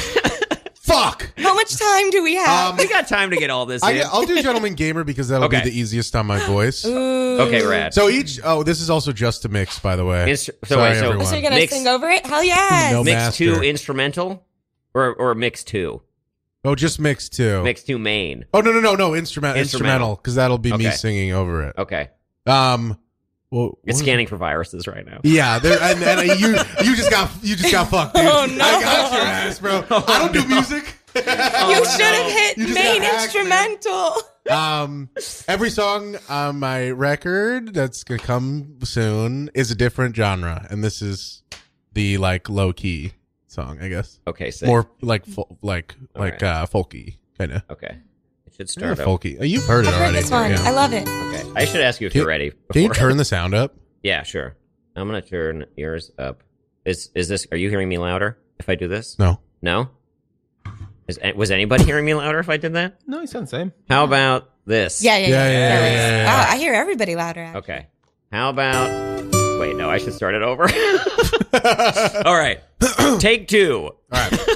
Fuck. How much time do we have? Um, We got time to get all this I, in. I'll do Gentleman Gamer because that'll Okay. be the easiest on my voice. Ooh. Um, Okay, rad. So each. Oh, this is also just a mix, by the way. Instru- so Sorry, wait, so- Oh, everyone. So you're gonna Mix- sing over it? Hell yes. No. mix two master. instrumental, or or mix two, oh, just mix two. mix two main. Oh no no no no instrument Instrumental. instrumental because that'll be me Okay. singing over it. Okay, Um, well, it's what- scanning for viruses right now. Yeah, there, and, and you you just got you just got fucked, dude. Oh, no. Oh, I got your ass, bro. I don't do music. You should have hit You just main got hacked, man. instrumental. um, every song on my record that's gonna come soon is a different genre, and this is the like low key song, I guess, Okay, so more like fol- like All like right. uh, folky kind of. okay, it should Yeah, start up. folky. Oh, You've heard it I've heard already. this one. Yeah. I love it. Okay, I should ask you if Can- you're ready. Can you before- turn the sound up? Yeah, sure. I'm gonna turn yours up. Is is this? Are you hearing me louder if I do this? No. No. Is, was anybody hearing me louder if I did that? No, he sounds the same. How about this? Yeah, yeah, yeah. Yeah, yeah, that yeah, is- yeah, yeah, Wow, I hear everybody louder. actually. Okay. How about? Wait, no. I should start it over. All right. Take two. All right.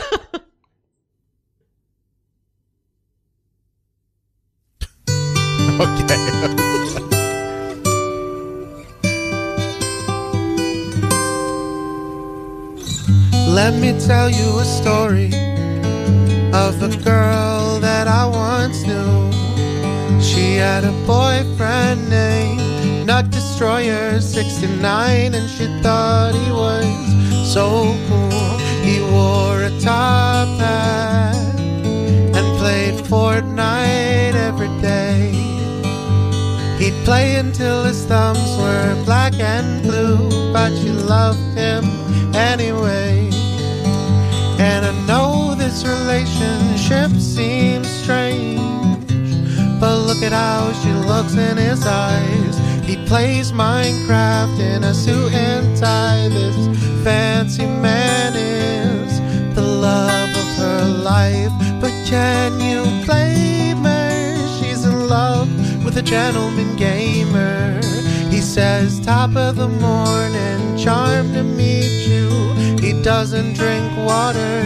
okay. Let me tell you a story of a girl that I once knew. She had a boyfriend named Nut Destroyer 69, and she thought he was so cool. He wore a top hat and played Fortnite every day. He'd play until his thumbs were black and blue, but she loved him anyway. And I know this relationship seems strange, but look at how she looks in his eyes. He plays Minecraft in a suit and tie. This fancy man is the love of her life. But can you blame her? She's in love with a gentleman gamer. He says, Top of the morning, charmed to meet you. He doesn't drink water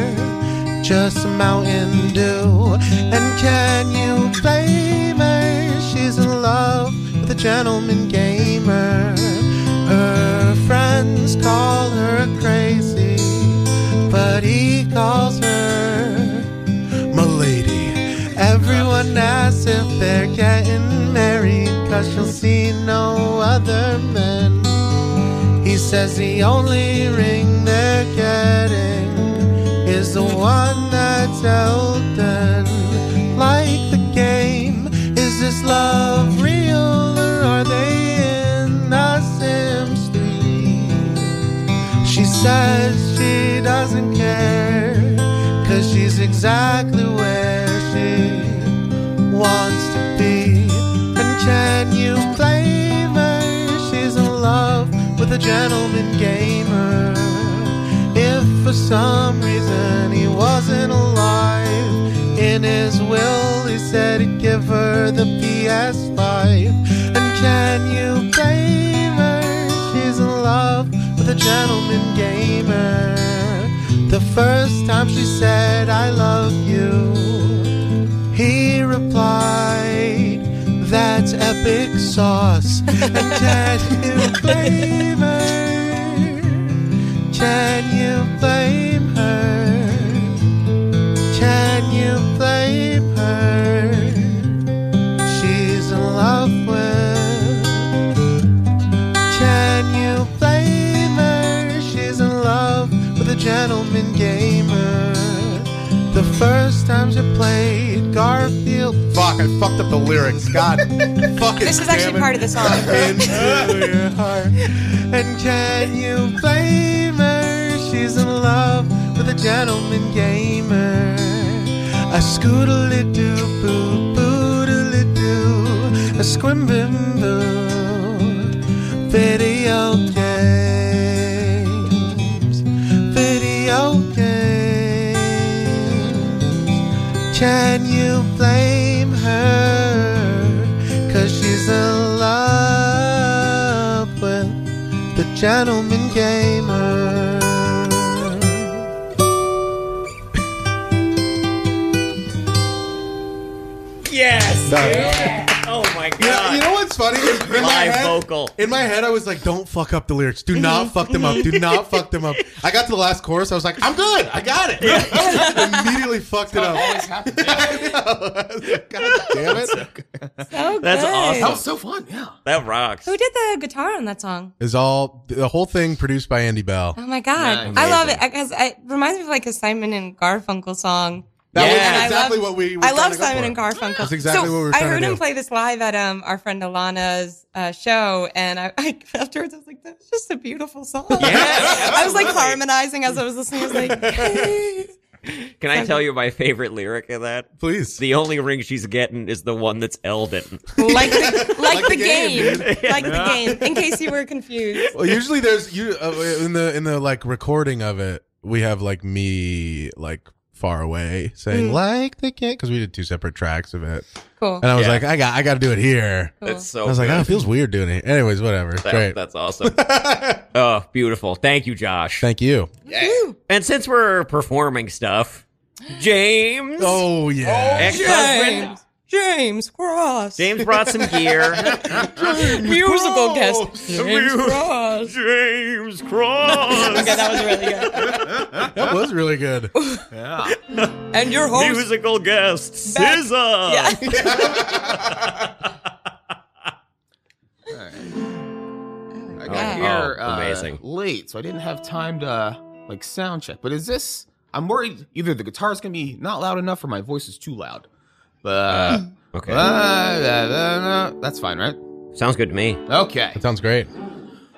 just Mountain Dew. And can you blame her? She's in love with a gentleman gamer. Her friends call her crazy, but he calls her Milady. Everyone asks if they're getting married, cause she'll see no other men. He says the only ring they're getting is the one that's Elden. Like the game, is this love real or are they in the Sims 3? She says she doesn't care, cause she's exactly where she wants to be. And can you blame her? She's in love with a gentleman gamer. If for some reason he wasn't alive, in his will he said he'd give her the PS5. And can you blame her? She's in love with a gentleman gamer. The first time she said, I love you. He replied, That's epic sauce. And can you blame her? Can you blame her? Can you blame her? She's in love with. Can you blame her? She's in love with a gentleman gamer. The first times you played Garfield. Fuck, I fucked up the lyrics. God, fucking. This is actually part of the song. Into your heart. And can you blame her? She's in love with a gentleman gamer. A scoodly doo boo, boodly doo, a squimbim boo. Video games, video games. Can you blame her? Cause she's in love with the gentleman gamer. Yes. Sorry. Yeah. Oh my You know, god. you know what's funny? In, in my Live head, vocal. In my head, I was like, "Don't fuck up the lyrics. Do not fuck them up. Do not fuck them up." I got to the last chorus. I was like, "I'm good. I got it." Immediately fucked it up. Always happens. Yeah. God damn it! So That's good. awesome. That was so fun. Yeah. that rocks. Who did the guitar on that song? Is all the whole thing produced by Andy Bell? Oh my god, Nice. I love it because it reminds me of like a Simon and Garfunkel song. That Yeah. was And I exactly love- what we. Were I love trying to Simon and go for. Garfunkel. That's exactly so what we were I trying to heard him do. play this live at um our friend Alana's uh, show, and I, I afterwards I was like, "That's just a beautiful song." Yes, I was like absolutely. harmonizing as I was listening. I was like, Can I tell you my favorite lyric of that? Please. The only ring she's getting is the one that's Elvin. like the, like the, the game, game, like the game. In case you were confused, well, usually there's you uh, in the in the like recording of it. We have like me like far away Mm. saying like the kid because we did two separate tracks of it, cool. and I was Yeah. like, I got I got to do it here. cool. That's so. I was like, good. oh, it feels weird doing it. Anyways, whatever. That- Great. That's awesome. oh, beautiful. Thank you, Josh. Thank you. Woo. and since we're performing stuff, James, Oh yeah. ex-husband, James, James Cross, James brought some gear. musical guest, James Mu- Cross. James Cross, Okay, that was really good. That was really good. Yeah. And your host, musical guest, Back- SZA. uh, yeah. I Oh, got here oh, uh, amazing. late, so I didn't have time to like sound check. But is this? I'm worried either the guitar's gonna be not loud enough or my voice is too loud. But uh, Okay, that's fine, right? sounds good to me. Okay. That sounds great.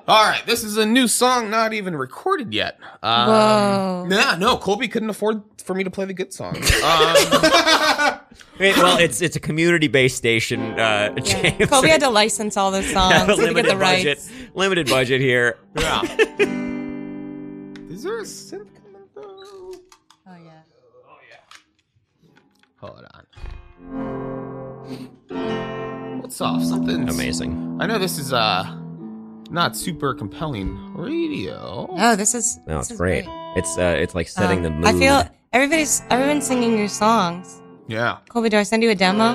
All right. This is a new song, not even recorded yet. Um, Whoa. Nah, no, Colby couldn't afford for me to play the good song. Um, Wait, well, it's it's a community-based station, uh, James. Kobe had to license all those Have a songs to get the limited budget. rights. Limited budget here. yeah. Is there a synth coming though? Oh yeah. Hold on. What's off? Something Amazing. I know this is uh not super compelling radio. Oh, this is. No, this it's is great. It's uh, it's like setting Um, the mood. I feel everybody's everyone's singing new songs. Yeah. Kobe, do I send you a demo?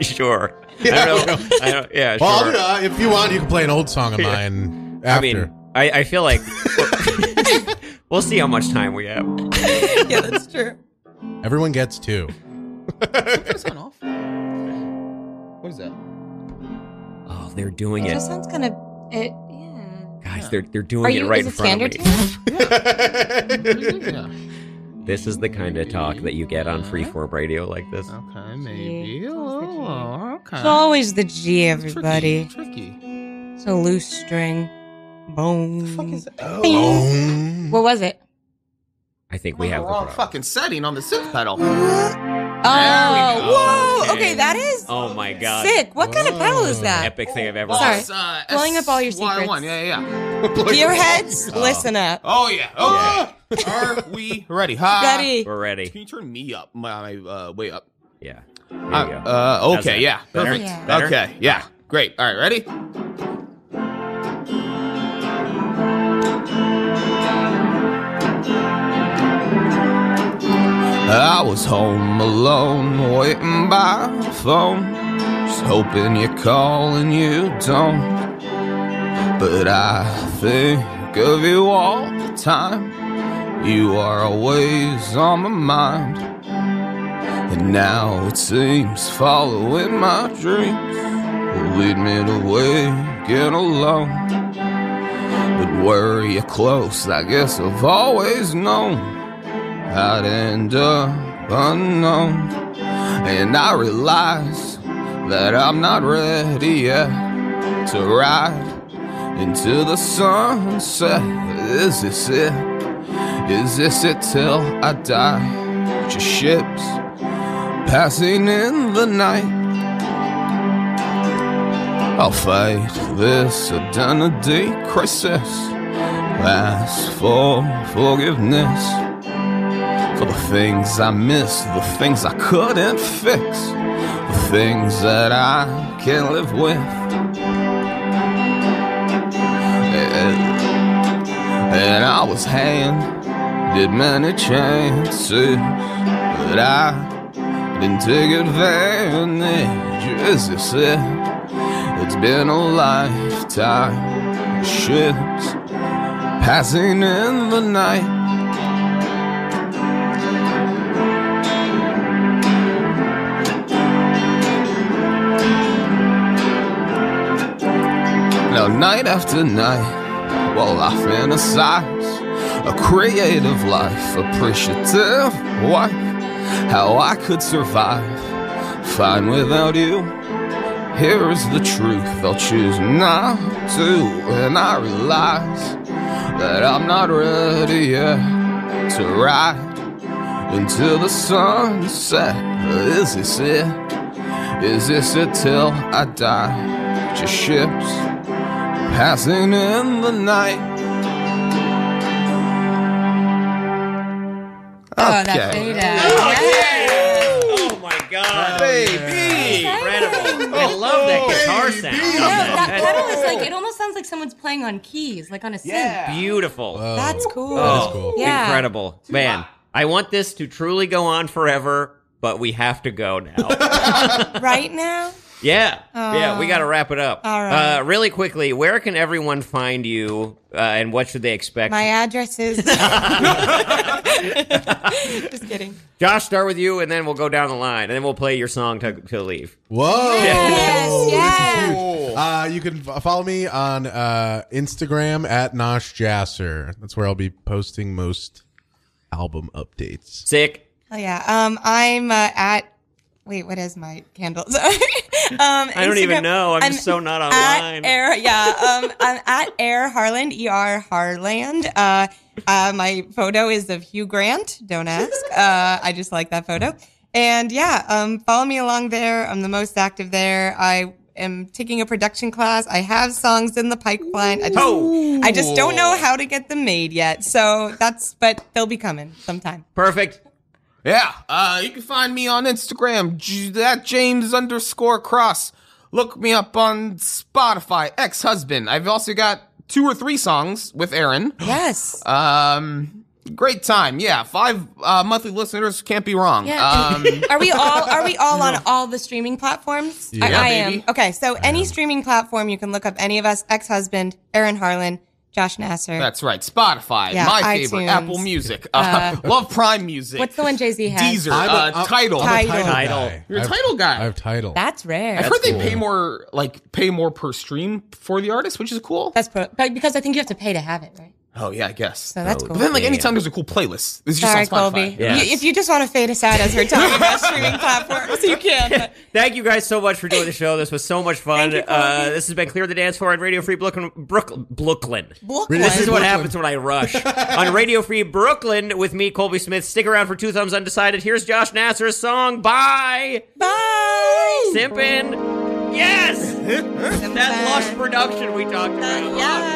sure. I don't know. I don't, yeah, Well, I'll sure. do- uh, if you want, you can play an old song of mine I after. mean, I, I feel like we'll see how much time we have. yeah, that's true. Everyone gets two. Turn this one off. What is that? Oh, they're doing It it, just sounds kind of. It, yeah. guys. They're they're doing Are it you? right is in it front of standard? me. tune? Yeah. This is the kind of talk that you get on freeform radio like this. Oh. Okay, maybe. Yeah, Oh, okay. It's always the G, It's tricky, everybody. Tricky. It's a loose string. Boom. Fuck is that? Boom. What was it? I think we I'm on have Oh, the the wrong problem. fucking setting on the synth pedal. go. Oh, whoa. Okay. Okay, that is Oh my god! sick. What kind of pedal is Whoa. that? Epic thing I've ever. Well, Sorry. heard. it's, Uh, Blowing up all your SY1. secrets. Yeah, yeah. yeah. Deerheads, listen up. Oh yeah. Oh, are we ready? Ha. Ready? We're Can ready. you turn me up? My uh, way up. Yeah. There you Uh, go. uh, How's okay, that? yeah. Better? Perfect. Yeah. Better? Okay, yeah. Great. All right, ready? I was home alone, waiting by the phone. Just hoping you call and you don't. But I think of you all the time. You are always on my mind. And now it seems following my dreams will lead me to waking alone. But were you close, I guess I've always known I'd end up unknown. And I realize that I'm not ready yet to ride into the sunset. Is this it? Is this it till I die? Just ships passing in the night. I'll fight this identity crisis. Ask for forgiveness for the things I missed, the things I couldn't fix, the things that I can't live with. And and I was handed many chances that I didn't take advantage. Is this it? It's been a lifetime. Ships passing in the night. Now, night after night, while I fantasize a creative life, appreciative wife, how I could survive fine without you. Here is the truth, I'll choose not to, and I realize that I'm not ready yet to ride into the sunset. Is this it? Is this it till I die? Just ships passing in the night. Oh, that Okay. fade out. Yeah. Oh my god. Baby! Incredible. I love that Oh, guitar sound. No, that pedal is like it almost sounds like someone's playing on keys, like on a synth. Beautiful. Whoa. That's Oh. cool. That's cool. Yeah. Oh, Incredible. Man, I want this to truly go on forever, but we have to go now. Right now, yeah. yeah, we got to wrap it up. All right. Uh, really quickly, where can everyone find you uh, and what should they expect? my address is. Just kidding. Josh, start with you and then we'll go down the line and then we'll play your song to, to leave. Whoa. Yes, yes. Uh, you can f- follow me on uh, Instagram at Nosh Jasser. That's where I'll be posting most album updates. Sick. Oh yeah. Um, I'm uh, at. Wait, what is my candle? Sorry. um, I don't even know. I'm so not online. At Air, yeah. Um, I'm at Air Harland. E R Harland. Uh, uh, my photo is of Hugh Grant. Don't ask. Uh, I just like that photo. And yeah, um, follow me along there. I'm the most active there. I am taking a production class. I have songs in the pipeline. I just, Oh. I just don't know how to get them made yet. So that's, but they'll be coming sometime. Perfect. Yeah, uh, you can find me on Instagram, J- that James underscore cross. Look me up on Spotify, ex husband. I've also got two or three songs with Aaron. Yes. Um, great time. Yeah, five uh, monthly listeners can't be wrong. Yeah. Um, Are we all are we all on all the streaming platforms? I, Yeah, I baby. am. Okay, so any streaming platform you can look up any of us, ex husband, Aaron Harlan, Josh Nasser. that's right. Spotify, Yeah, my favorite. iTunes. Apple Music. Uh, love Prime Music. What's the one Jay Z has? Deezer. uh, title. I'm a Tidal. Tidal. guy. You're a I've- Tidal guy. I have title. That's rare. I heard they pay more, like pay more per stream for the artist, which is cool. That's pro- but because I think you have to pay to have it, right? oh yeah, I guess. So that's Oh, cool. But then, like, Yeah. anytime there's a cool playlist, it's just Sorry, on Spotify. Colby. Yeah. You- if you just want to fade us out as we're talking about streaming platforms, you can. but- Thank you guys so much for doing the show. This was so much fun. uh, this has been Clear the Dance Floor on Radio Free Brooklyn. Brooklyn. Brooklyn. Brooklyn. This is what Brooklyn. happens when I rush. on Radio Free Brooklyn with me, Colby Smith. Stick around for Two Thumbs Undecided. Here's Josh Nasser's song. Bye. Bye. Simpin. Yes. that lush production we talked about. Yeah.